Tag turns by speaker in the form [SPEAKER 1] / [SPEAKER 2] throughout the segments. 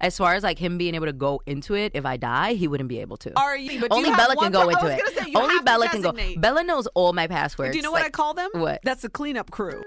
[SPEAKER 1] As far as like him being able to go into it, if I die, he wouldn't be able to.
[SPEAKER 2] Are you, but
[SPEAKER 1] Only
[SPEAKER 2] you
[SPEAKER 1] Bella
[SPEAKER 2] have
[SPEAKER 1] can go
[SPEAKER 2] one per- I
[SPEAKER 1] into
[SPEAKER 2] was
[SPEAKER 1] it.
[SPEAKER 2] gonna say, you
[SPEAKER 1] Only
[SPEAKER 2] have to
[SPEAKER 1] Bella can go.
[SPEAKER 2] designate.
[SPEAKER 1] Bella knows all my passwords.
[SPEAKER 2] Do you know what
[SPEAKER 1] Like,
[SPEAKER 2] I call them?
[SPEAKER 1] What?
[SPEAKER 2] That's the cleanup crew.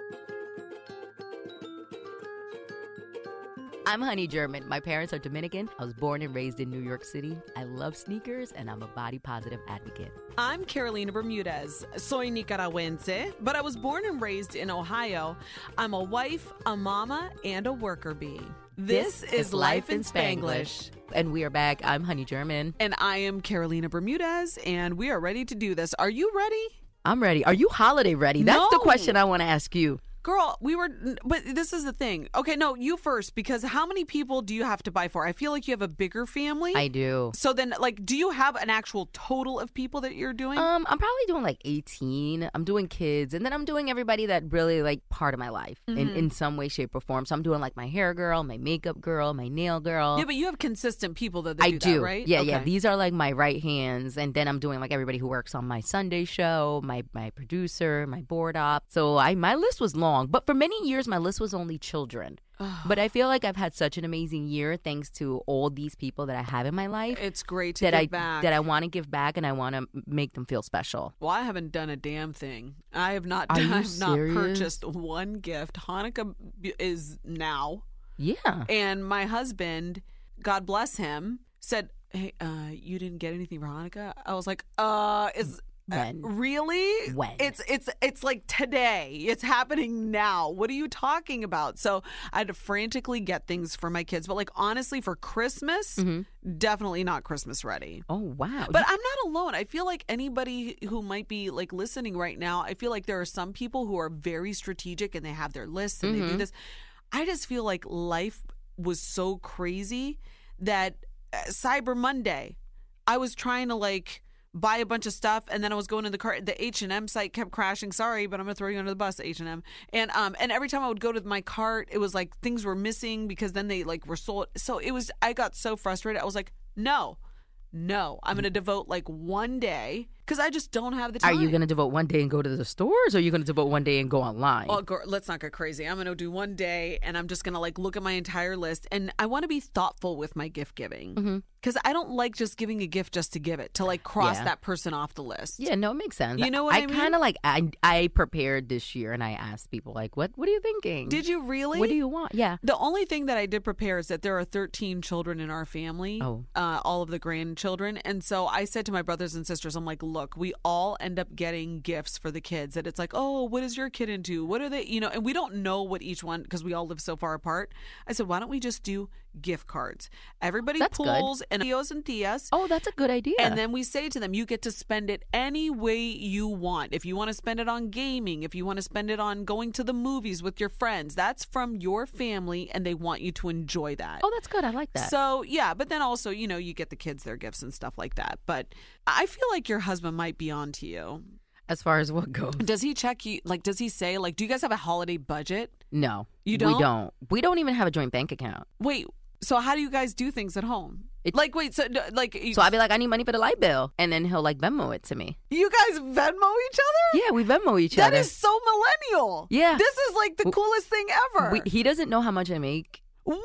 [SPEAKER 1] I'm Honey German. My parents are Dominican. I was born and raised in New York City. I love sneakers, and I'm a body positive advocate.
[SPEAKER 2] I'm Carolina Bermudez. Soy nicaragüense, but I was born and raised in Ohio. I'm a wife, a mama, and a worker bee. This, is Life in Spanglish.
[SPEAKER 1] and we are back. I'm Honey German.
[SPEAKER 2] And I am Carolina Bermudez, and we are ready to do this. Are you ready?
[SPEAKER 1] I'm ready. Are you holiday ready? That's the
[SPEAKER 2] No.
[SPEAKER 1] question I want to ask you.
[SPEAKER 2] Girl, we were, but this is the thing. Okay, no, you first, because how many people do you have to buy for? I feel like you have a bigger family.
[SPEAKER 1] I do.
[SPEAKER 2] So then, like, do you have an actual total of people that you're doing?
[SPEAKER 1] Um, I'm probably doing like 18. I'm doing kids, and then I'm doing everybody that really like part of my life in,
[SPEAKER 2] Mm-hmm.
[SPEAKER 1] in some way, shape, or form. So I'm doing like my hair girl, my makeup girl, my nail girl.
[SPEAKER 2] yeah, but you have consistent people that they
[SPEAKER 1] I
[SPEAKER 2] do,
[SPEAKER 1] do.
[SPEAKER 2] that, right?
[SPEAKER 1] Yeah, yeah.
[SPEAKER 2] Okay.
[SPEAKER 1] These are like my right hands, and then I'm doing like everybody who works on my Sunday show, my my producer, my board op. So I my list was long, but for many years my list was only children. but I feel like I've had such an amazing year thanks to all these people that I have in my life
[SPEAKER 2] It's great to
[SPEAKER 1] that
[SPEAKER 2] give
[SPEAKER 1] I
[SPEAKER 2] back.
[SPEAKER 1] that I want to give back and I want to make them feel special.
[SPEAKER 2] Well, I haven't done a damn thing. I have not.
[SPEAKER 1] Are
[SPEAKER 2] I
[SPEAKER 1] you
[SPEAKER 2] have not
[SPEAKER 1] serious?
[SPEAKER 2] purchased one gift. Hanukkah b- is now,
[SPEAKER 1] Yeah.
[SPEAKER 2] and my husband, God bless him, said, "Hey, uh, you didn't get anything for Hanukkah." I was like, "Uh, is." uh,
[SPEAKER 1] When?
[SPEAKER 2] really?
[SPEAKER 1] When?
[SPEAKER 2] It's it's it's like today. It's happening now. What are you talking about? So I had to frantically get things for my kids, but like honestly, for Christmas, definitely not Christmas ready.
[SPEAKER 1] Mm-hmm. Oh wow.
[SPEAKER 2] But I'm not alone. I feel like anybody who might be like listening right now, I feel like there are some people who are very strategic and they have their lists and they do this. I just feel like life was so crazy that uh, Cyber Monday, I was trying to like buy a bunch of stuff and then I was going to the car the H&M site kept crashing sorry but I'm going to throw you under the bus H&M and um and every time I would go to my cart it was like things were missing because then they like were sold so it was I got so frustrated I was like no no, I'm going to devote like one day because I just don't have the
[SPEAKER 1] are
[SPEAKER 2] time.
[SPEAKER 1] you going to devote one day and go to the stores or are you going to devote one day and go online?
[SPEAKER 2] Oh, girl, let's not get crazy. I'm going to do one day and I'm just going to like look at my entire list. And I want to be thoughtful with my gift
[SPEAKER 1] Mm-hmm.
[SPEAKER 2] giving because I don't like just giving a gift just to give it, to like cross
[SPEAKER 1] Yeah.
[SPEAKER 2] that person off the list.
[SPEAKER 1] Yeah, no, it makes sense.
[SPEAKER 2] You know what I mean?
[SPEAKER 1] kind of like I I prepared this year and I asked people like, what What are you thinking?
[SPEAKER 2] Did you really?
[SPEAKER 1] What do you want? Yeah.
[SPEAKER 2] The only thing that I did prepare is that there are 13 children in our family,
[SPEAKER 1] Oh.
[SPEAKER 2] uh, all of the grandchildren. And so I said to my brothers and sisters, I'm like, look, we all end up getting gifts for the kids. That it's like, oh, what is your kid into? What are they, you know, and we don't know what each one, because we all live so far apart. I said, why don't we just do gift cards. Everybody
[SPEAKER 1] That's good.
[SPEAKER 2] pulls and tios and tias.
[SPEAKER 1] Oh, that's a good idea.
[SPEAKER 2] And then we say to them, you get to spend it any way you want. If you want to spend it on gaming, if you want to spend it on going to the movies with your friends, that's from your family and they want you to enjoy that.
[SPEAKER 1] oh, that's good. I like that.
[SPEAKER 2] So, yeah, but then also, you know, you get the kids their gifts and stuff like that. But I feel like your husband might be on to you.
[SPEAKER 1] as far as what goes,
[SPEAKER 2] Does he check you? Like, does he say, like, do you guys have a holiday budget?
[SPEAKER 1] no,
[SPEAKER 2] You
[SPEAKER 1] We
[SPEAKER 2] don't?
[SPEAKER 1] don't. We don't even have a joint bank account.
[SPEAKER 2] Wait, so how do you guys do things at home?
[SPEAKER 1] It-
[SPEAKER 2] like, wait, so, no, like, you,
[SPEAKER 1] So I'd be like, I need money for the light bill, and then he'll like Venmo it to me.
[SPEAKER 2] you guys Venmo each other?
[SPEAKER 1] Yeah, we Venmo each
[SPEAKER 2] That
[SPEAKER 1] other.
[SPEAKER 2] is so millennial.
[SPEAKER 1] Yeah.
[SPEAKER 2] This is like the
[SPEAKER 1] W-
[SPEAKER 2] coolest thing ever.
[SPEAKER 1] We- he doesn't know how much I make.
[SPEAKER 2] what?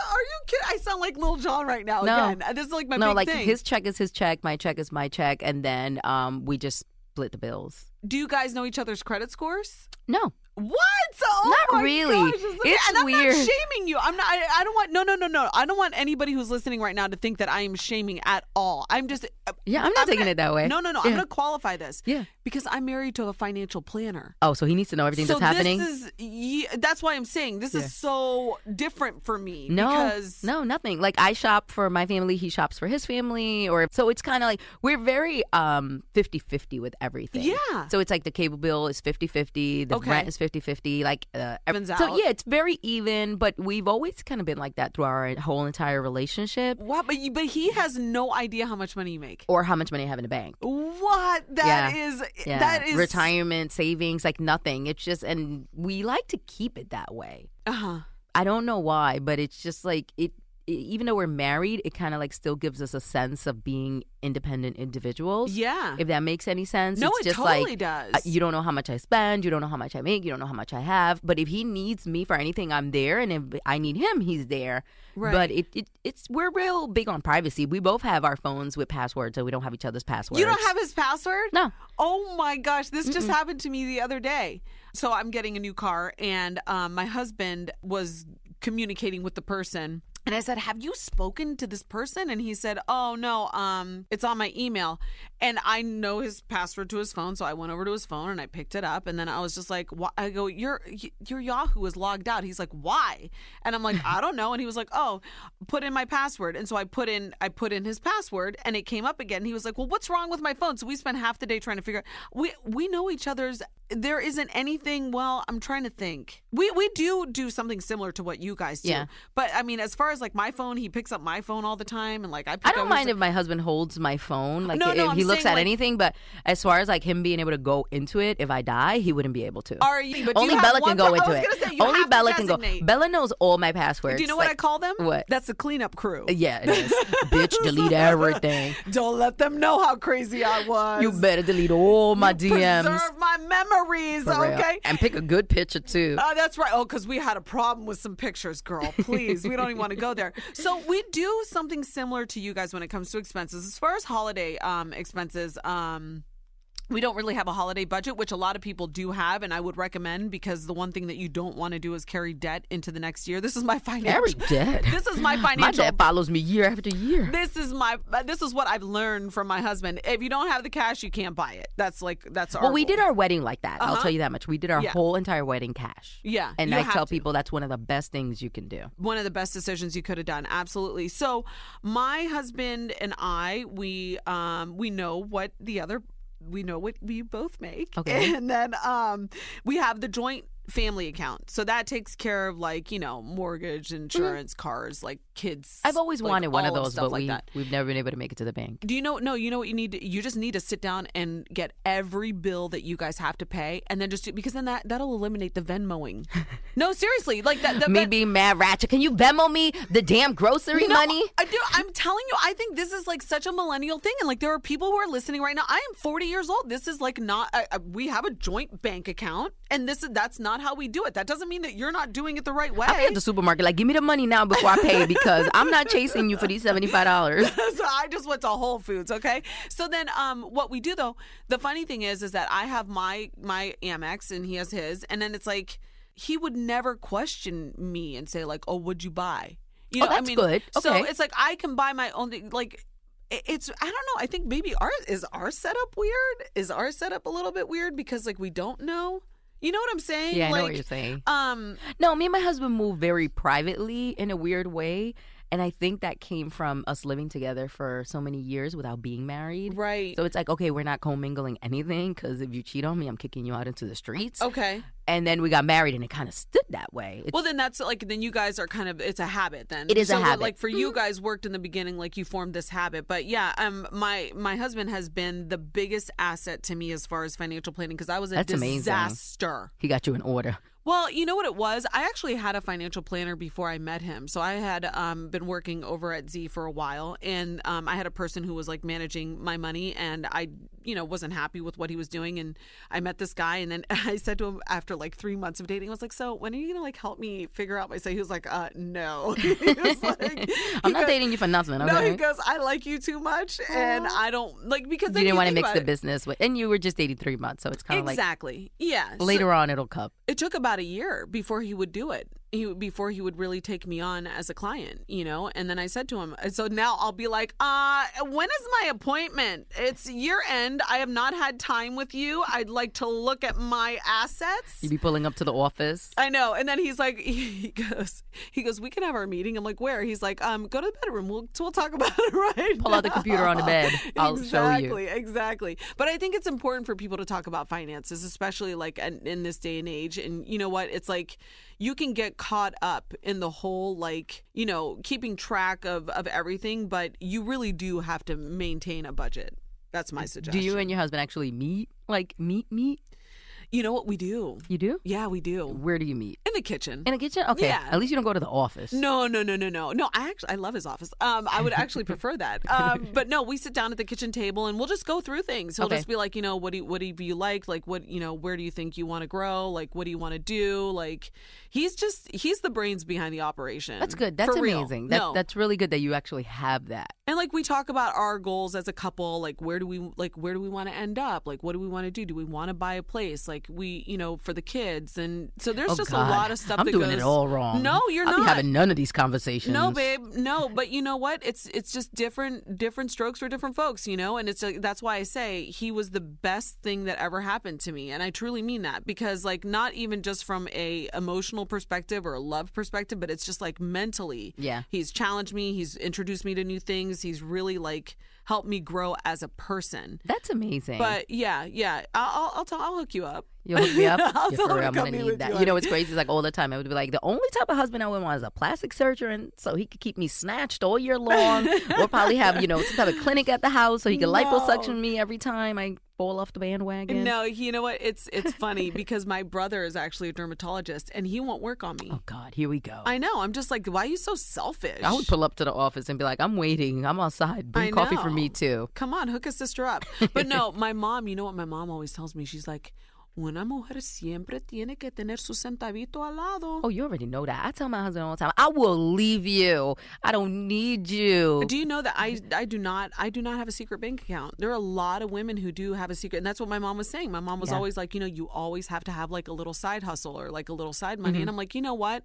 [SPEAKER 2] Are you kidding? I sound like Lil John right now
[SPEAKER 1] No.
[SPEAKER 2] again. This is like my
[SPEAKER 1] no,
[SPEAKER 2] big
[SPEAKER 1] like
[SPEAKER 2] thing.
[SPEAKER 1] his check is his check, my check is my check, and then um we just split the bills.
[SPEAKER 2] Do you guys know each other's credit scores?
[SPEAKER 1] No,
[SPEAKER 2] What? Oh
[SPEAKER 1] Not
[SPEAKER 2] my
[SPEAKER 1] really.
[SPEAKER 2] gosh, it's-
[SPEAKER 1] It's
[SPEAKER 2] and I'm
[SPEAKER 1] weird.
[SPEAKER 2] not shaming you. I'm not. I, I don't want. No, no, no, no. I don't want anybody who's listening right now to think that I am shaming at all. I'm just.
[SPEAKER 1] yeah, I'm not taking
[SPEAKER 2] gonna-
[SPEAKER 1] it that way.
[SPEAKER 2] No, no, no.
[SPEAKER 1] Yeah.
[SPEAKER 2] I'm going to qualify this.
[SPEAKER 1] Yeah.
[SPEAKER 2] Because I'm married to a financial planner.
[SPEAKER 1] Oh, so he needs to know everything
[SPEAKER 2] so
[SPEAKER 1] that's happening.
[SPEAKER 2] this is. ye- That's why I'm saying this
[SPEAKER 1] Yeah.
[SPEAKER 2] is so different for me.
[SPEAKER 1] no,
[SPEAKER 2] Because
[SPEAKER 1] no, nothing. Like I shop for my family, he shops for his family, or so it's kind of like we're very um 50-50 with everything.
[SPEAKER 2] Yeah.
[SPEAKER 1] So it's like the cable bill is 50-50, the
[SPEAKER 2] Okay.
[SPEAKER 1] rent is 50-50, like uh, ev-
[SPEAKER 2] Evens
[SPEAKER 1] So
[SPEAKER 2] out.
[SPEAKER 1] yeah, it's very even, but we've always kind of been like that through our whole entire relationship
[SPEAKER 2] Wow, but you, but he has no idea how much money you make.
[SPEAKER 1] or how much money I have in the bank.
[SPEAKER 2] What? That
[SPEAKER 1] Yeah.
[SPEAKER 2] is
[SPEAKER 1] Yeah.
[SPEAKER 2] that is
[SPEAKER 1] retirement savings, like nothing. It's just and we like to keep it that way.
[SPEAKER 2] Uh-huh.
[SPEAKER 1] I don't know why, but it's just like it. it- Even though we're married, it kind of like still gives us a sense of being independent individuals.
[SPEAKER 2] Yeah.
[SPEAKER 1] if that makes any sense.
[SPEAKER 2] No,
[SPEAKER 1] it's
[SPEAKER 2] it
[SPEAKER 1] just
[SPEAKER 2] totally
[SPEAKER 1] like,
[SPEAKER 2] does.
[SPEAKER 1] uh, You don't know how much I spend. You don't know how much I make. You don't know how much I have. But if he needs me for anything, I'm there, and if I need him, he's there.
[SPEAKER 2] Right.
[SPEAKER 1] But it, it it's we're real big on privacy. We both have our phones with passwords, so we don't have each other's passwords.
[SPEAKER 2] You don't have his password?
[SPEAKER 1] No.
[SPEAKER 2] Oh my gosh, this just happened to me the other day. So I'm getting a new car, and um, my husband was communicating with the person. And I said, "Have you spoken to this person?" And he said, "Oh no, um, it's on my email." And I know his password to his phone, so I went over to his phone and I picked it up. And then I was just like, "Why?" I go, "Your your Yahoo is logged out." He's like, "Why?" And I'm like, "I don't know." And he was like, "Oh, put in my password." And so I put in I put in his password, and it came up again. He was like, "Well, what's wrong with my phone?" So we spent half the day trying to figure. out. We we know each other's. There isn't anything. Well, I'm trying to think. We we do do something similar to what you guys do.
[SPEAKER 1] Yeah.
[SPEAKER 2] But I mean, as far as like my phone, he picks up my phone all the time, and like I pick
[SPEAKER 1] I
[SPEAKER 2] up
[SPEAKER 1] don't
[SPEAKER 2] his-
[SPEAKER 1] mind if my husband holds my phone, like
[SPEAKER 2] No,
[SPEAKER 1] if
[SPEAKER 2] no, I'm
[SPEAKER 1] he looks
[SPEAKER 2] saying,
[SPEAKER 1] at
[SPEAKER 2] like-
[SPEAKER 1] anything. But as far as like him being able to go into it, if I die, he wouldn't be able to.
[SPEAKER 2] Are you- but do you
[SPEAKER 1] Only
[SPEAKER 2] have
[SPEAKER 1] Bella
[SPEAKER 2] one
[SPEAKER 1] can go
[SPEAKER 2] per- I
[SPEAKER 1] into
[SPEAKER 2] was
[SPEAKER 1] it.
[SPEAKER 2] gonna say, you
[SPEAKER 1] Only
[SPEAKER 2] have to
[SPEAKER 1] Bella can go.
[SPEAKER 2] designate.
[SPEAKER 1] Bella knows all my passwords.
[SPEAKER 2] Do you know what
[SPEAKER 1] Like-
[SPEAKER 2] I call them?
[SPEAKER 1] What? Uh,
[SPEAKER 2] That's the cleanup crew.
[SPEAKER 1] yeah, it is. Bitch, delete everything.
[SPEAKER 2] Don't let them know how crazy I was.
[SPEAKER 1] You better delete all my DMs.
[SPEAKER 2] Preserve my memories,
[SPEAKER 1] for real.
[SPEAKER 2] okay?
[SPEAKER 1] And pick a good picture too.
[SPEAKER 2] Oh, that's right. Oh, because we had a problem with some pictures, girl. Please, we don't even want to go there. So we do something similar to you guys when it comes to expenses. As far as holiday um, expenses, um, we don't really have a holiday budget, which a lot of people do have, and I would recommend because the one thing that you don't want to do is carry debt into the next year. This is my
[SPEAKER 1] Every
[SPEAKER 2] financial.
[SPEAKER 1] debt.
[SPEAKER 2] This is my
[SPEAKER 1] My
[SPEAKER 2] financial
[SPEAKER 1] debt follows me year after year.
[SPEAKER 2] this is my this is what I've learned from my husband. If you don't have the cash, you can't buy it. That's like that's our.
[SPEAKER 1] Well, we did
[SPEAKER 2] rule.
[SPEAKER 1] our wedding like that. I'll
[SPEAKER 2] Uh-huh.
[SPEAKER 1] tell you that much. We did our
[SPEAKER 2] Yeah.
[SPEAKER 1] whole entire wedding cash.
[SPEAKER 2] Yeah,
[SPEAKER 1] And
[SPEAKER 2] you
[SPEAKER 1] I
[SPEAKER 2] have
[SPEAKER 1] tell
[SPEAKER 2] to.
[SPEAKER 1] people that's one of the best things you can do.
[SPEAKER 2] one of the best decisions you could have done. Absolutely. So my husband and I, we um we know what the other we know what we both make.
[SPEAKER 1] Okay.
[SPEAKER 2] And then um we have the joint family account. So that takes care of like, you know, mortgage, insurance, cars, like kids.
[SPEAKER 1] Mm-hmm. I've always
[SPEAKER 2] like,
[SPEAKER 1] wanted one of
[SPEAKER 2] all
[SPEAKER 1] those,
[SPEAKER 2] stuff
[SPEAKER 1] but
[SPEAKER 2] like
[SPEAKER 1] we,
[SPEAKER 2] that.
[SPEAKER 1] we've never been able to make it to the bank.
[SPEAKER 2] Do you know? No, you know what you need. To, you just need to sit down and get every bill that you guys have to pay, and then just do because then that that'll eliminate the Venmoing. no, seriously, like that. The
[SPEAKER 1] me
[SPEAKER 2] Ven-
[SPEAKER 1] being mad ratchet. Can you Venmo me the damn grocery
[SPEAKER 2] No,
[SPEAKER 1] money?
[SPEAKER 2] I do. I'm telling you, I think this is like such a millennial thing, and like there are people who are listening right now. I am 40 years old. This is like not. I, I, we have a joint bank account, and this is that's not how we do it. That doesn't mean that you're not doing it the right way.
[SPEAKER 1] I'll be at the supermarket. Like, give me the money now before I pay because I'm not chasing you for these seventy five dollars.
[SPEAKER 2] so I just went to Whole Foods, okay? So then um what we do though, the funny thing is is that I have my my Amex and he has his and then it's like he would never question me and say like, "Oh, would you buy?" You
[SPEAKER 1] Oh, that's good.
[SPEAKER 2] So
[SPEAKER 1] Okay.
[SPEAKER 2] it's like I can buy my own thing like it- it's I don't know. I think maybe our is our setup weird? Is our setup a little bit weird because like we don't know? You know what I'm saying?
[SPEAKER 1] Yeah, I know what
[SPEAKER 2] Like,
[SPEAKER 1] you're saying.
[SPEAKER 2] Um,
[SPEAKER 1] No, me and my husband moved very privately in a weird way. And I think that came from us living together for so many years without being married.
[SPEAKER 2] um, right.
[SPEAKER 1] So it's like, okay, we're not commingling anything because if you cheat on me, I'm kicking you out into the streets.
[SPEAKER 2] okay.
[SPEAKER 1] And then we got married and it kind of stood that way. It's-
[SPEAKER 2] Well, then that's like then you guys are kind of it's a habit then.
[SPEAKER 1] It is a
[SPEAKER 2] So,
[SPEAKER 1] habit.
[SPEAKER 2] Like for you guys worked in the beginning, like you formed this habit. But yeah, um, my my husband has been the biggest asset to me as far as financial planning because I was a
[SPEAKER 1] That's amazing.
[SPEAKER 2] disaster.
[SPEAKER 1] he got you in order.
[SPEAKER 2] Well, you know what it was? I actually had a financial planner before I met him. So I had um, been working over at Z for a while, and um, I had a person who was like managing my money, and I, you know, wasn't happy with what he was doing. And I met this guy, and then I said to him after like three months of dating, I was like, "So when are you gonna like help me figure out my?" So he was like, "Uh, no." He was like-
[SPEAKER 1] I'm
[SPEAKER 2] he
[SPEAKER 1] not
[SPEAKER 2] go-
[SPEAKER 1] dating you for nothing. Okay?
[SPEAKER 2] No, he goes, "I like you too much, and I don't like because
[SPEAKER 1] you
[SPEAKER 2] then
[SPEAKER 1] didn't want to
[SPEAKER 2] think
[SPEAKER 1] mix
[SPEAKER 2] about
[SPEAKER 1] the
[SPEAKER 2] it-
[SPEAKER 1] business with, and you were just dating three months, so it's kind of
[SPEAKER 2] Exactly. Yeah.
[SPEAKER 1] like
[SPEAKER 2] So-
[SPEAKER 1] later on it'll come.
[SPEAKER 2] it took about a year before he would do it. He before he would really take me on as a client, you know. And then I said to him, so now I'll be like, uh, when is my appointment? It's year end. I have not had time with you. I'd like to look at my assets.
[SPEAKER 1] You'd be pulling up to the office.
[SPEAKER 2] I know. And then he's like, he goes, he goes, we can have our meeting. I'm like, where? He's like, um, go to the bedroom. We'll we'll talk about it right.
[SPEAKER 1] Pull out the computer on the
[SPEAKER 2] now."
[SPEAKER 1] bed. I'll show you.
[SPEAKER 2] exactly, Exactly. But I think it's important for people to talk about finances, especially like in, in this day and age. And you know what? It's like you can get caught up in the whole like you know keeping track of of everything, but you really do have to maintain a budget. That's my
[SPEAKER 1] Do
[SPEAKER 2] suggestion.
[SPEAKER 1] you and your husband actually meet? Like meet, meet?
[SPEAKER 2] you know what we do?
[SPEAKER 1] You do?
[SPEAKER 2] Yeah, we do.
[SPEAKER 1] Where do you meet?
[SPEAKER 2] In the kitchen.
[SPEAKER 1] In a kitchen? Okay.
[SPEAKER 2] Yeah.
[SPEAKER 1] At least you don't go to the office.
[SPEAKER 2] No, no, no, no, no. No, I actually I love his office. Um, I would actually prefer that. Um, but no, we sit down at the kitchen table and we'll just go through things. He'll
[SPEAKER 1] Okay.
[SPEAKER 2] just be like, you know, what do you, what do you like? Like, what you know, where do you think you want to grow? Like, what do you want to do? Like, he's just he's the brains behind the operation.
[SPEAKER 1] That's good. That's
[SPEAKER 2] For real.
[SPEAKER 1] amazing. That,
[SPEAKER 2] no.
[SPEAKER 1] That's really good that you actually have that.
[SPEAKER 2] And like we talk about our goals as a couple, like where do we like where do we want to end up? Like what do we want to do? Do we want to buy a place? Like we, you know, for the kids, and so there's
[SPEAKER 1] Oh,
[SPEAKER 2] just
[SPEAKER 1] God.
[SPEAKER 2] a lot of stuff.
[SPEAKER 1] I'm
[SPEAKER 2] that
[SPEAKER 1] doing
[SPEAKER 2] goes,
[SPEAKER 1] it all wrong.
[SPEAKER 2] No, you're
[SPEAKER 1] I'll
[SPEAKER 2] not
[SPEAKER 1] Be having none of these conversations.
[SPEAKER 2] No, babe, no. But you know what? It's it's just different different strokes for different folks, you know. And it's like that's why I say he was the best thing that ever happened to me, and I truly mean that because like not even just from a emotional perspective or a love perspective, but it's just like mentally.
[SPEAKER 1] Yeah.
[SPEAKER 2] he's challenged me. He's introduced me to new things. He's really like helped me grow as a person.
[SPEAKER 1] That's amazing.
[SPEAKER 2] But yeah, yeah, I'll I'll, I'll, t- I'll hook you up.
[SPEAKER 1] You'll hook me up.
[SPEAKER 2] I'll
[SPEAKER 1] Yeah,
[SPEAKER 2] tell
[SPEAKER 1] for
[SPEAKER 2] her
[SPEAKER 1] real,
[SPEAKER 2] to
[SPEAKER 1] I'm
[SPEAKER 2] come
[SPEAKER 1] gonna
[SPEAKER 2] meet
[SPEAKER 1] need
[SPEAKER 2] with
[SPEAKER 1] that.
[SPEAKER 2] you
[SPEAKER 1] You,
[SPEAKER 2] on-
[SPEAKER 1] know, it's crazy. It's like all the time, I would be like, the only type of husband I would want is a plastic surgeon, so he could keep me snatched all year long. or probably have you know some type of clinic at the house, so he could liposuction me every time I fall off the bandwagon.
[SPEAKER 2] No, you know what? It's it's funny because my brother is actually a dermatologist and he won't work on me.
[SPEAKER 1] Oh God, here we go.
[SPEAKER 2] I know. I'm just like, why are you so selfish?
[SPEAKER 1] I would pull up to the office and be like, I'm waiting. I'm outside. Bring
[SPEAKER 2] I
[SPEAKER 1] coffee for
[SPEAKER 2] know.
[SPEAKER 1] me too.
[SPEAKER 2] Come on, hook a sister up. But no, my mom. You know what my mom always tells me? She's like, una mujer siempre tiene que tener su centavito al lado.
[SPEAKER 1] Oh, you already know that. I tell my husband all the time, I will leave you. I don't need you.
[SPEAKER 2] But do you know that I I do not I do not have a secret bank account. There are a lot of women who do have a secret, and that's what my mom was saying. My mom was always like, you know, you always have to have like a little side hustle or like a little side
[SPEAKER 1] Mm-hmm.
[SPEAKER 2] money, and I'm like, you know what?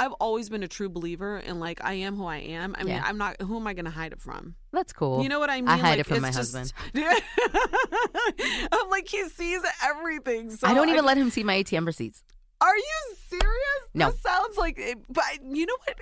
[SPEAKER 2] I've always been a true believer, and like I am who I am. I mean,
[SPEAKER 1] Yeah.
[SPEAKER 2] I'm not. Who am I going to hide it from?
[SPEAKER 1] That's cool.
[SPEAKER 2] You know what I mean?
[SPEAKER 1] I hide
[SPEAKER 2] Like,
[SPEAKER 1] it from my
[SPEAKER 2] it's just-
[SPEAKER 1] husband.
[SPEAKER 2] I'm like, he sees everything. So
[SPEAKER 1] I don't even let him see my ATM receipts.
[SPEAKER 2] Are you serious?
[SPEAKER 1] No.
[SPEAKER 2] This sounds like, it, but you know what?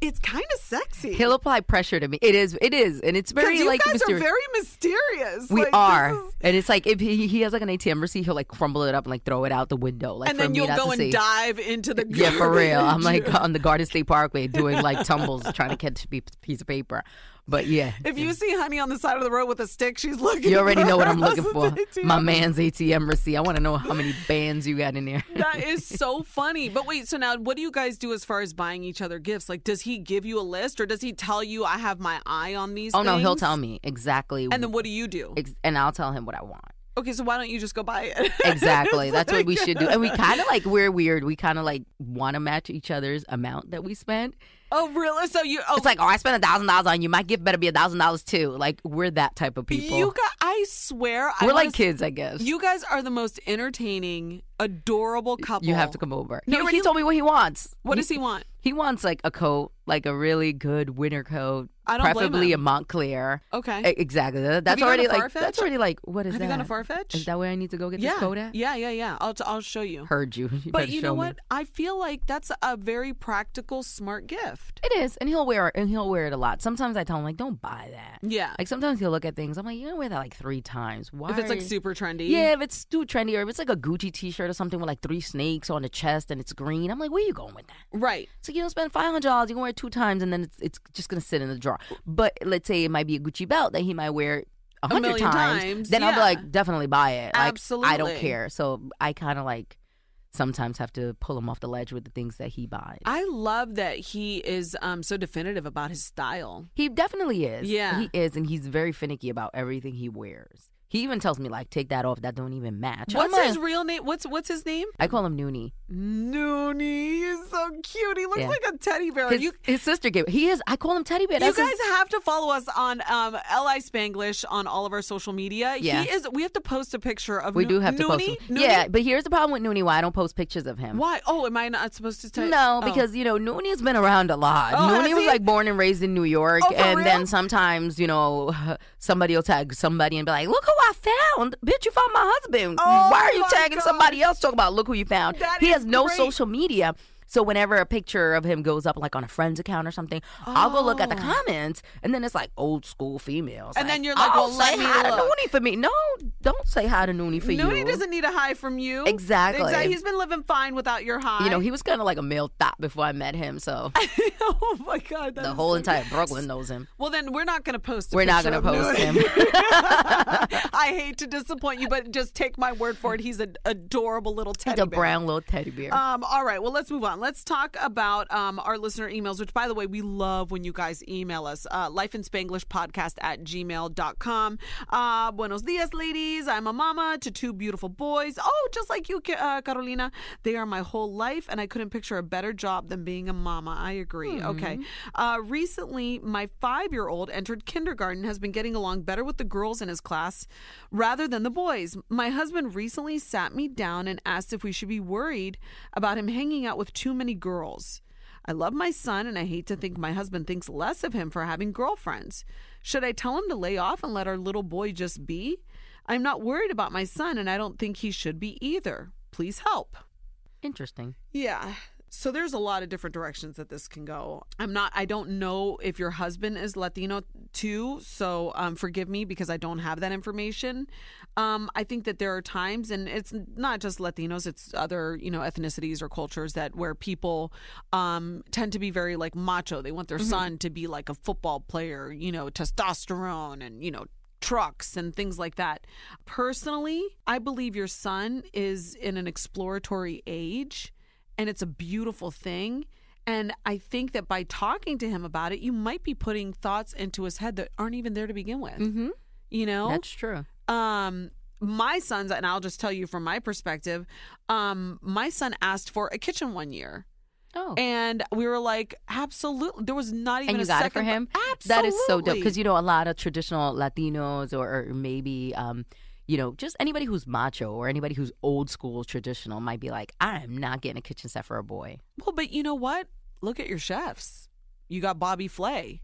[SPEAKER 2] It's kind of sexy.
[SPEAKER 1] He'll apply pressure to me. It is. It is, and it's
[SPEAKER 2] 'Cause
[SPEAKER 1] very
[SPEAKER 2] you
[SPEAKER 1] like
[SPEAKER 2] guys
[SPEAKER 1] mysterious.
[SPEAKER 2] are very mysterious.
[SPEAKER 1] we
[SPEAKER 2] Like, this
[SPEAKER 1] are,
[SPEAKER 2] is-
[SPEAKER 1] and it's like if he, he has like an ATM receipt, he'll like crumble it up and like throw it out the window. Like
[SPEAKER 2] and
[SPEAKER 1] for
[SPEAKER 2] then
[SPEAKER 1] me
[SPEAKER 2] you'll
[SPEAKER 1] not
[SPEAKER 2] go
[SPEAKER 1] to
[SPEAKER 2] and
[SPEAKER 1] see.
[SPEAKER 2] dive into the
[SPEAKER 1] Yeah, for real. I'm
[SPEAKER 2] garbage.
[SPEAKER 1] like um, on the Garden State Parkway doing like tumbles, trying to catch a pe- piece of paper. But yeah,
[SPEAKER 2] If you see honey on the side of the road with a stick, she's looking.
[SPEAKER 1] you already
[SPEAKER 2] for
[SPEAKER 1] know what I'm
[SPEAKER 2] us
[SPEAKER 1] looking
[SPEAKER 2] at
[SPEAKER 1] for.
[SPEAKER 2] ATM.
[SPEAKER 1] My man's ATM receipt. I want to know how many bands you got in there.
[SPEAKER 2] That is so funny. But wait, so now what do you guys do as far as buying each other gifts? Like, does he give you a list or does he tell you, I have my eye on these?
[SPEAKER 1] Oh no, he'll
[SPEAKER 2] things?"
[SPEAKER 1] tell me exactly.
[SPEAKER 2] And then what do you do?
[SPEAKER 1] ex- and I'll tell him what I want.
[SPEAKER 2] Okay, so why don't you just go buy it?
[SPEAKER 1] Exactly.
[SPEAKER 2] It's
[SPEAKER 1] That's what we
[SPEAKER 2] like-
[SPEAKER 1] should do. And we kind of like we're weird. We kind of like want to match each other's amount that we spent.
[SPEAKER 2] Oh, really? So you? Oh,
[SPEAKER 1] It's like, oh, I spent a thousand dollars on you. My gift better be a thousand dollars too. Like we're that type of people.
[SPEAKER 2] you got? I swear, I
[SPEAKER 1] we're like
[SPEAKER 2] wanna-
[SPEAKER 1] kids, I guess.
[SPEAKER 2] You guys are the most entertaining, adorable couple.
[SPEAKER 1] You have to come over.
[SPEAKER 2] No,
[SPEAKER 1] he already
[SPEAKER 2] he-
[SPEAKER 1] told me what he wants.
[SPEAKER 2] What does he want?
[SPEAKER 1] He wants like a coat, like a really good winter coat,
[SPEAKER 2] I don't blame
[SPEAKER 1] preferably
[SPEAKER 2] him.
[SPEAKER 1] a Montclair.
[SPEAKER 2] Okay.
[SPEAKER 1] E- Exactly. That- That's
[SPEAKER 2] you gone to
[SPEAKER 1] already like
[SPEAKER 2] Farfetch?
[SPEAKER 1] that's already like what is
[SPEAKER 2] have
[SPEAKER 1] that?
[SPEAKER 2] you gone to Farfetch?
[SPEAKER 1] Is that where I need to go get
[SPEAKER 2] yeah.
[SPEAKER 1] this coat at?
[SPEAKER 2] Yeah, yeah, yeah. I'll t- I'll show you.
[SPEAKER 1] Heard you. you
[SPEAKER 2] but
[SPEAKER 1] better
[SPEAKER 2] you
[SPEAKER 1] show
[SPEAKER 2] know
[SPEAKER 1] me.
[SPEAKER 2] what? I feel like that's a very practical, smart gift.
[SPEAKER 1] It is, and he'll wear it, and he'll wear it a lot. Sometimes I tell him like, don't buy that.
[SPEAKER 2] Yeah.
[SPEAKER 1] Like sometimes he'll look at things. I'm like, you gonna wear that like three times. Why?
[SPEAKER 2] if it's like
[SPEAKER 1] are you-"
[SPEAKER 2] super trendy.
[SPEAKER 1] Yeah, if it's too trendy, or if it's like a Gucci T-shirt or something with like three snakes on the chest and it's green, I'm like, where you going with that?
[SPEAKER 2] Right.
[SPEAKER 1] So you don't spend five hundred dollars. You can wear it two times, and then it's it's just gonna sit in the drawer. But let's say it might be a Gucci belt that he might wear a hundred
[SPEAKER 2] million
[SPEAKER 1] times,
[SPEAKER 2] times,
[SPEAKER 1] Then I'll be
[SPEAKER 2] yeah.
[SPEAKER 1] like, definitely buy it. Like, I
[SPEAKER 2] Absolutely.
[SPEAKER 1] don't care. So I kind of like sometimes have to pull him off the ledge with the things that he buys.
[SPEAKER 2] I love that he is um so definitive about his style.
[SPEAKER 1] he definitely is.
[SPEAKER 2] Yeah.
[SPEAKER 1] he is, and he's very finicky about everything he wears. He even tells me like, take that off. That don't even match.
[SPEAKER 2] What's
[SPEAKER 1] I'm
[SPEAKER 2] his
[SPEAKER 1] like-
[SPEAKER 2] real name? What's what's his name?
[SPEAKER 1] I call him Noonie.
[SPEAKER 2] Noonie. He's so cute. He looks
[SPEAKER 1] Yeah.
[SPEAKER 2] like a teddy bear.
[SPEAKER 1] His,
[SPEAKER 2] Oh, you
[SPEAKER 1] his sister gave. He is. I call him Teddy Bear.
[SPEAKER 2] you
[SPEAKER 1] That's his-
[SPEAKER 2] guys have to follow us on um, Li Spanglish on all of our social media.
[SPEAKER 1] Yeah.
[SPEAKER 2] he is. We have to post a picture of.
[SPEAKER 1] we
[SPEAKER 2] Noo-
[SPEAKER 1] do have to post.
[SPEAKER 2] Noonie?
[SPEAKER 1] Him.
[SPEAKER 2] Noonie?
[SPEAKER 1] Yeah, but here's the problem with Noonie. Why I don't post pictures of him.
[SPEAKER 2] Why? Oh, am I not supposed to tell?
[SPEAKER 1] No,
[SPEAKER 2] Oh.
[SPEAKER 1] because you know Nooney's been around a lot.
[SPEAKER 2] Oh, has
[SPEAKER 1] Nooney was
[SPEAKER 2] he?
[SPEAKER 1] like born and raised in New York,
[SPEAKER 2] Oh, for
[SPEAKER 1] and
[SPEAKER 2] real?
[SPEAKER 1] then sometimes you know somebody will tag somebody and be like, "Look who I found, bitch! You found my husband.
[SPEAKER 2] Oh,
[SPEAKER 1] Why are you
[SPEAKER 2] my
[SPEAKER 1] tagging
[SPEAKER 2] gosh.
[SPEAKER 1] somebody else? Talk about look who you found.
[SPEAKER 2] That
[SPEAKER 1] he
[SPEAKER 2] is
[SPEAKER 1] has no
[SPEAKER 2] great.
[SPEAKER 1] social media." So whenever a picture of him goes up, like on a friend's account or something, I'll go look at the comments, and then it's like old school females.
[SPEAKER 2] Oh. And then you're like,
[SPEAKER 1] "Oh,
[SPEAKER 2] well, let
[SPEAKER 1] say
[SPEAKER 2] me
[SPEAKER 1] hi
[SPEAKER 2] look."
[SPEAKER 1] to Noonie for me." No, don't say hi to Noonie for you.
[SPEAKER 2] Noonie doesn't need a high from you.
[SPEAKER 1] Exactly.
[SPEAKER 2] Exactly. He's been living fine without your high.
[SPEAKER 1] You know, he was kind of like a male thought before I met him, so.
[SPEAKER 2] oh my god. that
[SPEAKER 1] the
[SPEAKER 2] is
[SPEAKER 1] whole
[SPEAKER 2] so
[SPEAKER 1] entire
[SPEAKER 2] cute.
[SPEAKER 1] Brooklyn knows him.
[SPEAKER 2] Well, then we're not going to post. A
[SPEAKER 1] We're not
[SPEAKER 2] going to
[SPEAKER 1] gonna post him.
[SPEAKER 2] I hate to disappoint you, but just take my word for it. He's an adorable little teddy
[SPEAKER 1] The
[SPEAKER 2] bear.
[SPEAKER 1] brown little teddy bear.
[SPEAKER 2] Um, all right, well, let's move on. Let's talk about um, our listener emails, which, by the way, we love when you guys email us. Uh, Life in Spanglish podcast at gmail.com. Uh, buenos dias, ladies. I'm a mama to two beautiful boys. Oh, just like you, Ca- uh, Carolina. They are my whole life, and I couldn't picture a better job than being a mama. I agree. Okay. Uh, recently, my five year old entered kindergarten, has been getting along better with the girls in his class rather than the boys. My husband recently sat me down and asked if we should be worried about him hanging out with too many girls. I love my son, and I hate to think my husband thinks less of him for having girlfriends. Should I tell him to lay off and let our little boy just be? I'm not worried about my son, and I don't think he should be either. Please help.
[SPEAKER 1] Interesting.
[SPEAKER 2] Yeah. So there's a lot of different directions that this can go. I'm not I don't know if your husband is Latino too, so um forgive me because I don't have that information. Um I think that there are times and it's not just Latinos, it's other, you know, ethnicities or cultures that where people um tend to be very like macho. They want their son to be like a football player, you know, testosterone and you know trucks and things like that. Personally, I believe your son is in an exploratory age and it's a beautiful thing. And I think that by talking to him about it, you might be putting thoughts into his head that aren't even there to begin with. Mm-hmm. You know,
[SPEAKER 1] Mm. That's true.
[SPEAKER 2] um my son's and I'll just tell you from my perspective, um my son asked for a kitchen one year.
[SPEAKER 1] Oh. And,
[SPEAKER 2] And we were like, absolutely. There was not even a
[SPEAKER 1] you got it for
[SPEAKER 2] second
[SPEAKER 1] him?
[SPEAKER 2] Absolutely.
[SPEAKER 1] That is so dope. Because, you know, a lot of traditional Latinos or, or maybe, um, you know, just anybody who's macho or anybody who's old school traditional might be like, I am not getting a kitchen set for a boy.
[SPEAKER 2] Well, but you know what? Look at your chefs. You got Bobby Flay.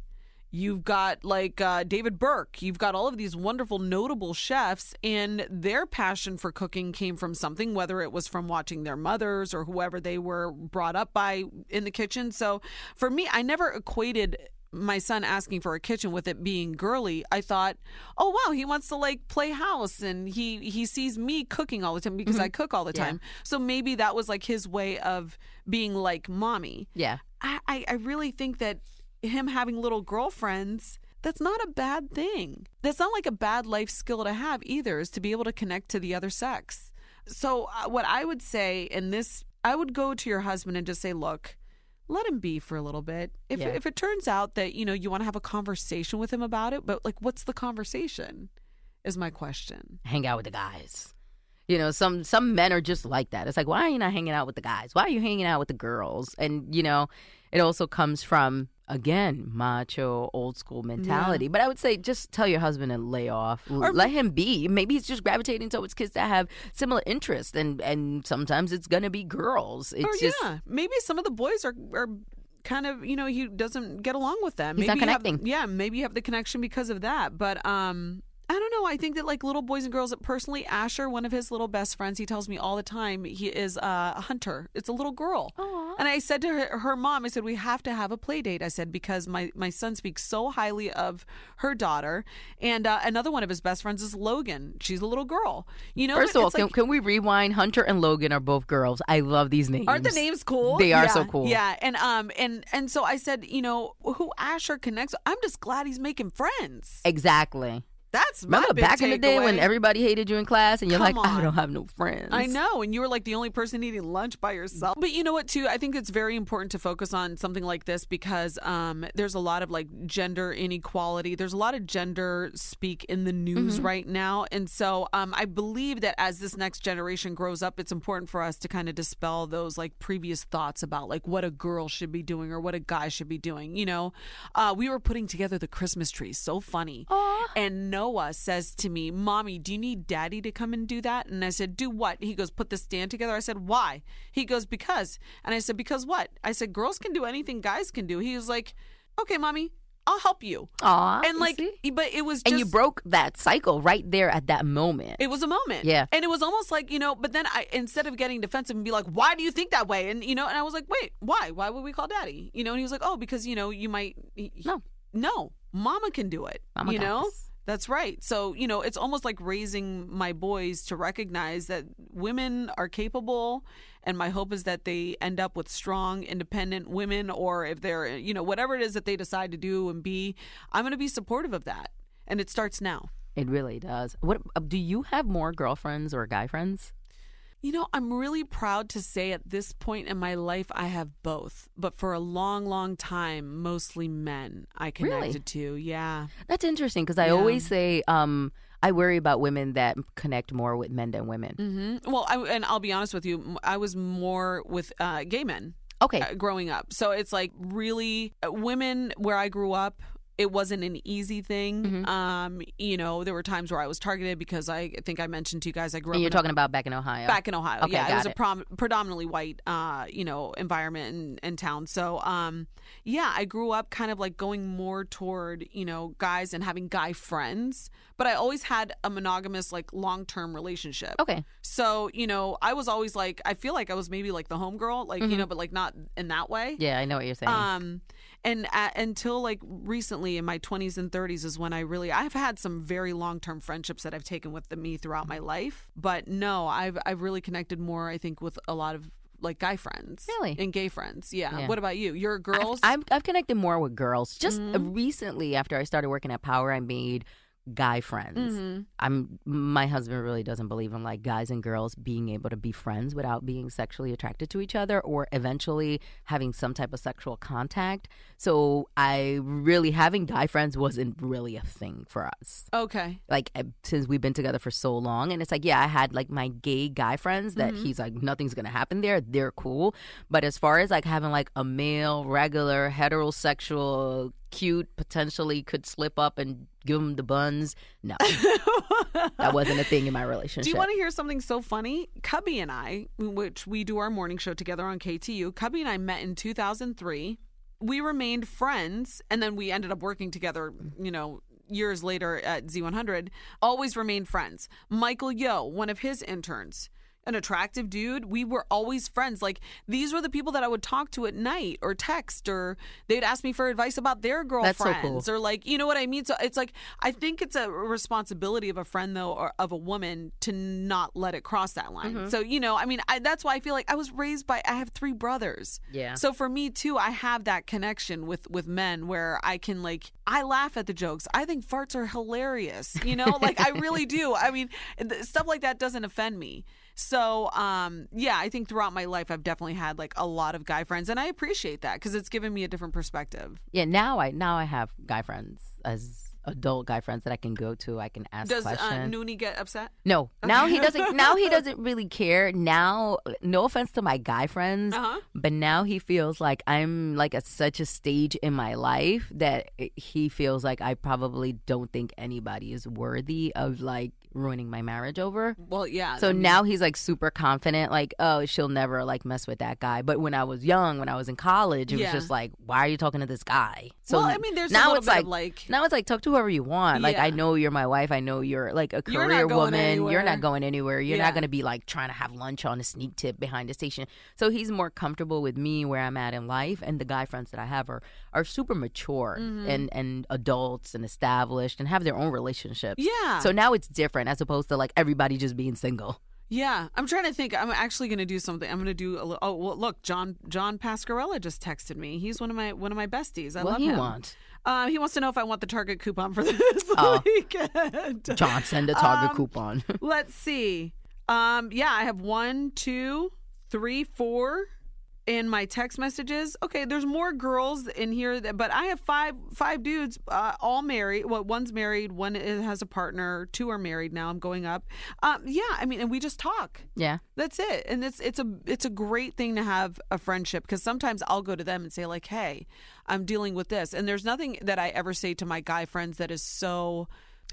[SPEAKER 2] You've got like uh, David Burke. You've got all of these wonderful, notable chefs, and their passion for cooking came from something, whether it was from watching their mothers or whoever they were brought up by in the kitchen. So for me, I never equated my son asking for a kitchen with it being girly i thought oh wow he wants to like play house and he he sees me cooking all the time because i cook all the time so maybe that was like his way of being like mommy
[SPEAKER 1] Yeah.
[SPEAKER 2] I, I, I really think that him having little girlfriends that's not a bad thing that's not like a bad life skill to have either is to be able to connect to the other sex so uh, what i would say in this i would go to your husband and just say look let him be for a little bit if,
[SPEAKER 1] Yeah.
[SPEAKER 2] if it turns out that you know you want to have a conversation with him about it but like what's the conversation is my question
[SPEAKER 1] Hang out with the guys. You know, some some men are just like that. It's like, why are you not hanging out with the guys? Why are you hanging out with the girls? And you know, it also comes from again macho old school mentality. But I would say just tell your husband to lay off, L- let him be. Maybe he's just gravitating towards kids that have similar interests, and and sometimes it's gonna be girls. It's
[SPEAKER 2] or
[SPEAKER 1] just
[SPEAKER 2] Oh, yeah, maybe some of the boys are are kind of you know he doesn't get along with them.
[SPEAKER 1] He's
[SPEAKER 2] maybe
[SPEAKER 1] not
[SPEAKER 2] you have-
[SPEAKER 1] connecting.
[SPEAKER 2] yeah, maybe you have the connection because of that. But um, I don't know. I think that like little boys and girls. Personally, Asher, one of his little best friends, he tells me all the time he is uh, a hunter. It's a little girl. And I said to her, her mom, I said we have to have a play date. I said because my my son speaks so highly of her daughter, and uh, another one of his best friends is Logan. She's a little girl. You know,
[SPEAKER 1] First
[SPEAKER 2] but
[SPEAKER 1] of all,
[SPEAKER 2] it's
[SPEAKER 1] can,
[SPEAKER 2] like-
[SPEAKER 1] can we rewind? Hunter and Logan are both girls. I love these names.
[SPEAKER 2] Aren't the names cool?
[SPEAKER 1] They are
[SPEAKER 2] Yeah,
[SPEAKER 1] so cool.
[SPEAKER 2] Yeah, and um, and and so I said, you know, who Asher connects. with- I'm just glad he's making friends.
[SPEAKER 1] Exactly.
[SPEAKER 2] That's my
[SPEAKER 1] Remember
[SPEAKER 2] big
[SPEAKER 1] back in the day when
[SPEAKER 2] takeaway.
[SPEAKER 1] everybody hated you in class and you're
[SPEAKER 2] Come
[SPEAKER 1] like, I
[SPEAKER 2] on.
[SPEAKER 1] don't have no friends.
[SPEAKER 2] I know, and you were like the only person eating lunch by yourself. But you know what, too? I think it's very important to focus on something like this because um, there's a lot of like gender inequality. There's a lot of gender speak in the news
[SPEAKER 1] Mm-hmm.
[SPEAKER 2] right now, and so um, I believe that as this next generation grows up, it's important for us to kind of dispel those like previous thoughts about like what a girl should be doing or what a guy should be doing. You know, uh, we were putting together the Christmas tree, so funny. And Noah says to me, Mommy, do you need daddy to come and do that? And I said, Do what? He goes, Put the stand together. I said, Why? He goes, Because. And I said, Because what? I said, Girls can do anything guys can do. He was like, Okay, Mommy, I'll help you.
[SPEAKER 1] Aw,
[SPEAKER 2] and
[SPEAKER 1] you
[SPEAKER 2] like,
[SPEAKER 1] see?
[SPEAKER 2] but it was just.
[SPEAKER 1] And you broke that cycle right there at that moment.
[SPEAKER 2] It was a moment.
[SPEAKER 1] Yeah.
[SPEAKER 2] And it was almost like, you know, but then I instead of getting defensive and be like, why do you think that way? And you know, and I was like, wait, why? Why would we call daddy? You know, and he was like, Oh, because you know, you might he- he-
[SPEAKER 1] No.
[SPEAKER 2] No. Mama can do it.
[SPEAKER 1] Mama
[SPEAKER 2] you
[SPEAKER 1] got
[SPEAKER 2] know?
[SPEAKER 1] this.
[SPEAKER 2] That's right. So, you know, it's almost like raising my boys to recognize that women are capable and my hope is that they end up with strong, independent women or if they're, you know, whatever it is that they decide to do and be, I'm going to be supportive of that. And it starts now.
[SPEAKER 1] It really does. What uh, do you have more girlfriends or guy friends?
[SPEAKER 2] You know, I'm really proud to say at this point in my life, I have both. But for a long, long time, mostly men I
[SPEAKER 1] Really?
[SPEAKER 2] connected to. Yeah.
[SPEAKER 1] That's interesting because I
[SPEAKER 2] Yeah.
[SPEAKER 1] always say um, I worry about women that connect more with men than women.
[SPEAKER 2] hmm Well, I, and I'll be honest with you, m- I was more with uh, gay men
[SPEAKER 1] Okay,
[SPEAKER 2] uh, growing up. So it's like really uh, women where I grew up. It wasn't an easy thing. Um, you know, there were times where I was targeted because I think I mentioned to you guys I grew up
[SPEAKER 1] and you're
[SPEAKER 2] in a
[SPEAKER 1] talking about back in Ohio.
[SPEAKER 2] back in Ohio.
[SPEAKER 1] Okay,
[SPEAKER 2] yeah, it
[SPEAKER 1] got
[SPEAKER 2] was a
[SPEAKER 1] it.
[SPEAKER 2] prom- predominantly white, uh, you know, environment and, and town. So, um, yeah, I grew up kind of like going more toward you know guys and having guy friends, but I always had a monogamous like long term relationship.
[SPEAKER 1] Okay,
[SPEAKER 2] So you know, I was always like, I feel like I was maybe like the homegirl, like
[SPEAKER 1] Mm-hmm.
[SPEAKER 2] you know, but like not in that way.
[SPEAKER 1] yeah, I know what you're saying.
[SPEAKER 2] Um, and uh until like recently in my 20s and 30s is when I really I've had some very long term friendships that I've taken with the me throughout my life. But no, I've I've really connected more I think with a lot of like guy friends,
[SPEAKER 1] Really?
[SPEAKER 2] and gay friends. Yeah.
[SPEAKER 1] Yeah.
[SPEAKER 2] What about you? You're girls.
[SPEAKER 1] I've, I've connected more with girls. Just recently, after I started working at Power, I made guy friends. I'm my husband really doesn't believe in like guys and girls being able to be friends without being sexually attracted to each other or eventually having some type of sexual contact. So I really having guy friends wasn't really a thing for us
[SPEAKER 2] okay.
[SPEAKER 1] like uh, since we've been together for so long and it's like yeah i had like my gay guy friends that
[SPEAKER 2] Mm-hmm.
[SPEAKER 1] he's like nothing's gonna happen there they're cool but as far as like having like a male regular heterosexual cute potentially could slip up and give him the buns no that wasn't a thing in my relationship
[SPEAKER 2] Do you want to hear something so funny? Cubby and I, which we do our morning show together on KTU, Cubby and I met in 2003. We remained friends, and then we ended up working together, you know, years later at Z100. Always remained friends. Michael Yo, one of his interns, an attractive dude. We were always friends. Like, these were the people that I would talk to at night or text, or they'd ask me for advice about their
[SPEAKER 1] That's
[SPEAKER 2] girlfriends
[SPEAKER 1] so cool.
[SPEAKER 2] friends or like you know what I mean. So it's like I think it's a responsibility of a friend though or of a woman to not let it cross that line. So you know, I mean, I, that's why I feel like I was raised by I have three brothers.
[SPEAKER 1] Yeah.
[SPEAKER 2] So for me too, I have that connection with with men where I can like I laugh at the jokes. I think farts are hilarious. You know, like I really do. I mean, th- stuff like that doesn't offend me. So um, yeah, I think throughout my life I've definitely had like a lot of guy friends, and I appreciate that because it's given me a different perspective.
[SPEAKER 1] yeah now i now i have guy friends as adult guy friends that I can go to. I can ask
[SPEAKER 2] Does uh,
[SPEAKER 1] questions.
[SPEAKER 2] Noonie get upset?
[SPEAKER 1] no, now he
[SPEAKER 2] Okay.
[SPEAKER 1] doesn't. Now he doesn't really care. Now, no offense to my guy friends,
[SPEAKER 2] Uh-huh.
[SPEAKER 1] but now he feels like I'm like at such a stage in my life that it- he feels like I probably don't think anybody is worthy of like ruining my marriage over.
[SPEAKER 2] Well, yeah.
[SPEAKER 1] So
[SPEAKER 2] I mean,
[SPEAKER 1] now he's like super confident, like, oh, she'll never like mess with that guy. But when I was young, when I was in college, it
[SPEAKER 2] Yeah.
[SPEAKER 1] was just like, why are you talking to this guy? So
[SPEAKER 2] well, I mean, there's
[SPEAKER 1] now
[SPEAKER 2] a little
[SPEAKER 1] it's like,
[SPEAKER 2] bit of like
[SPEAKER 1] now it's like talk to whoever you want. Like
[SPEAKER 2] Yeah.
[SPEAKER 1] I know you're my wife. I know you're like a
[SPEAKER 2] You're not
[SPEAKER 1] career
[SPEAKER 2] going
[SPEAKER 1] woman. You're
[SPEAKER 2] anywhere.
[SPEAKER 1] not going anywhere. You're
[SPEAKER 2] Yeah.
[SPEAKER 1] not gonna be like trying to have lunch on a sneak tip behind the station. So he's more comfortable with me where I'm at in life, and the guy friends that I have are are super mature
[SPEAKER 2] Mm-hmm.
[SPEAKER 1] and and adults and established and have their own relationships.
[SPEAKER 2] Yeah.
[SPEAKER 1] So now it's different as opposed to like everybody just being single.
[SPEAKER 2] Yeah, I'm trying to think. I'm actually going to do something. I'm going to do a little. Oh, well, look, John John Pascarella just texted me. He's one of my one of my besties. I
[SPEAKER 1] what
[SPEAKER 2] love
[SPEAKER 1] do you
[SPEAKER 2] him.
[SPEAKER 1] want?
[SPEAKER 2] Uh, he wants to know if I want the Target coupon for this
[SPEAKER 1] Oh.
[SPEAKER 2] weekend.
[SPEAKER 1] John, send a Target
[SPEAKER 2] Um,
[SPEAKER 1] coupon.
[SPEAKER 2] Let's see. Um, yeah, I have one, two, three, four in my text messages. Okay, there's more girls in here, that, but I have five five dudes, uh, all married. Well, one's married, one is- has a partner, two are married now. I'm going up. Um, yeah, I mean, and we just talk.
[SPEAKER 1] yeah.
[SPEAKER 2] That's it. And it's it's a it's a great thing to have a friendship because sometimes I'll go to them and say like, "Hey, I'm dealing with this." And there's nothing that I ever say to my guy friends that is so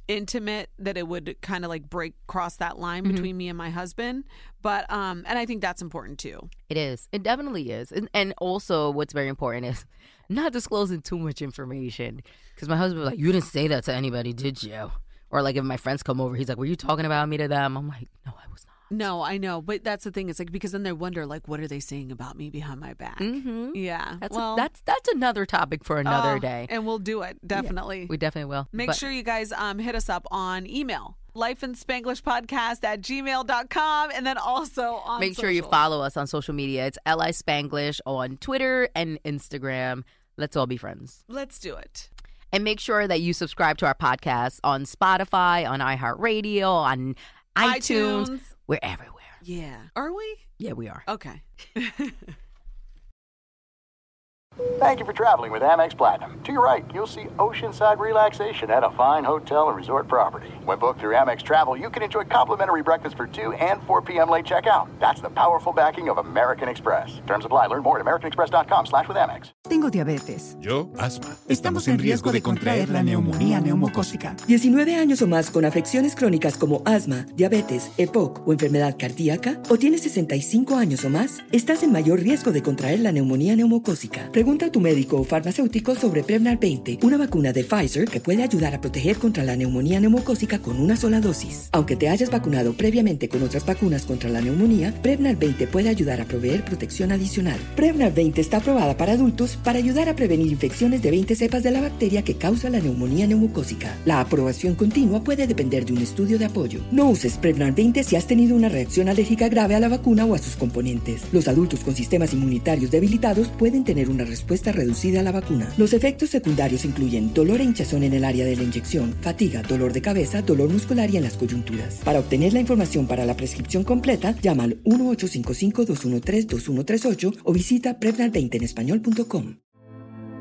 [SPEAKER 2] intimate that it would kind of like break cross that line between me and my husband. But um and I think that's important too.
[SPEAKER 1] It is. It definitely is. And, and also, what's very important is not disclosing too much information. Because my husband was like, You didn't say that to anybody, did you? Or like if my friends come over, he's like, Were you talking about me to them? I'm like, No, I was not.
[SPEAKER 2] No, I know, but that's the thing. It's like because then they wonder like, "What are they saying about me behind my back?"
[SPEAKER 1] Mhm.
[SPEAKER 2] Yeah.
[SPEAKER 1] That's,
[SPEAKER 2] well,
[SPEAKER 1] a, that's, that's another topic for another
[SPEAKER 2] Mm-hmm. oh,
[SPEAKER 1] day.
[SPEAKER 2] and we'll do it definitely.
[SPEAKER 1] We definitely will.
[SPEAKER 2] Make
[SPEAKER 1] But
[SPEAKER 2] sure you guys um, hit us up on email, lifeinspanglishpodcast at gmail.com, and then also on
[SPEAKER 1] Make sure you
[SPEAKER 2] social.
[SPEAKER 1] follow us on social media. It's Li Spanglish on Twitter and Instagram. Let's all be friends.
[SPEAKER 2] Let's do it.
[SPEAKER 1] And make sure that you subscribe to our podcast on Spotify, on iHeartRadio, on iTunes.
[SPEAKER 2] iTunes.
[SPEAKER 1] We're everywhere.
[SPEAKER 2] Yeah. Are we?
[SPEAKER 1] Yeah, we are.
[SPEAKER 2] Okay.
[SPEAKER 3] Thank you for traveling with Amex Platinum. To your right, you'll see oceanside relaxation at a fine hotel and resort property. When booked through Amex Travel, you can enjoy complimentary breakfast for 2 and 4 p.m. late checkout. That's the powerful backing of American Express. Terms apply. Learn more at americanexpress.com slash with Amex.
[SPEAKER 4] Tengo diabetes.
[SPEAKER 5] Yo, asma. Estamos en riesgo de contraer la neumonía neumocócica.
[SPEAKER 4] 19 años o más con afecciones crónicas como asma, diabetes, EPOC o enfermedad cardíaca, o tienes 65 años o más, estás en mayor riesgo de contraer la neumonía neumocócica. Pregunta a tu médico o farmacéutico sobre Prevnar 20, una vacuna de Pfizer que puede ayudar a proteger contra la neumonía neumocócica con una sola dosis. Aunque te hayas vacunado previamente con otras vacunas contra la neumonía, Prevnar 20 puede ayudar a proveer protección adicional. Prevnar 20 está aprobada para adultos para ayudar a prevenir infecciones de 20 cepas de la bacteria que causa la neumonía neumocócica. La aprobación continua puede depender de un estudio de apoyo. No uses Prevnar 20 si has tenido una reacción alérgica grave a la vacuna o a sus componentes. Los adultos con sistemas inmunitarios debilitados pueden tener una respuesta reducida a la vacuna. Los efectos secundarios incluyen dolor e hinchazón en el área de la inyección, fatiga, dolor de cabeza, dolor muscular y en las coyunturas. Para obtener la información para la prescripción completa, llama al 1-855-213-2138 o visita Prevnar20 en español.com.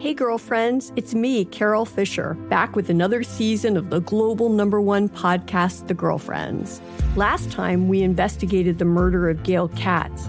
[SPEAKER 6] Hey, girlfriends, it's me, Carol Fisher, back with another season of the global number one podcast, The Girlfriends. Last time, we investigated the murder of Gail Katz.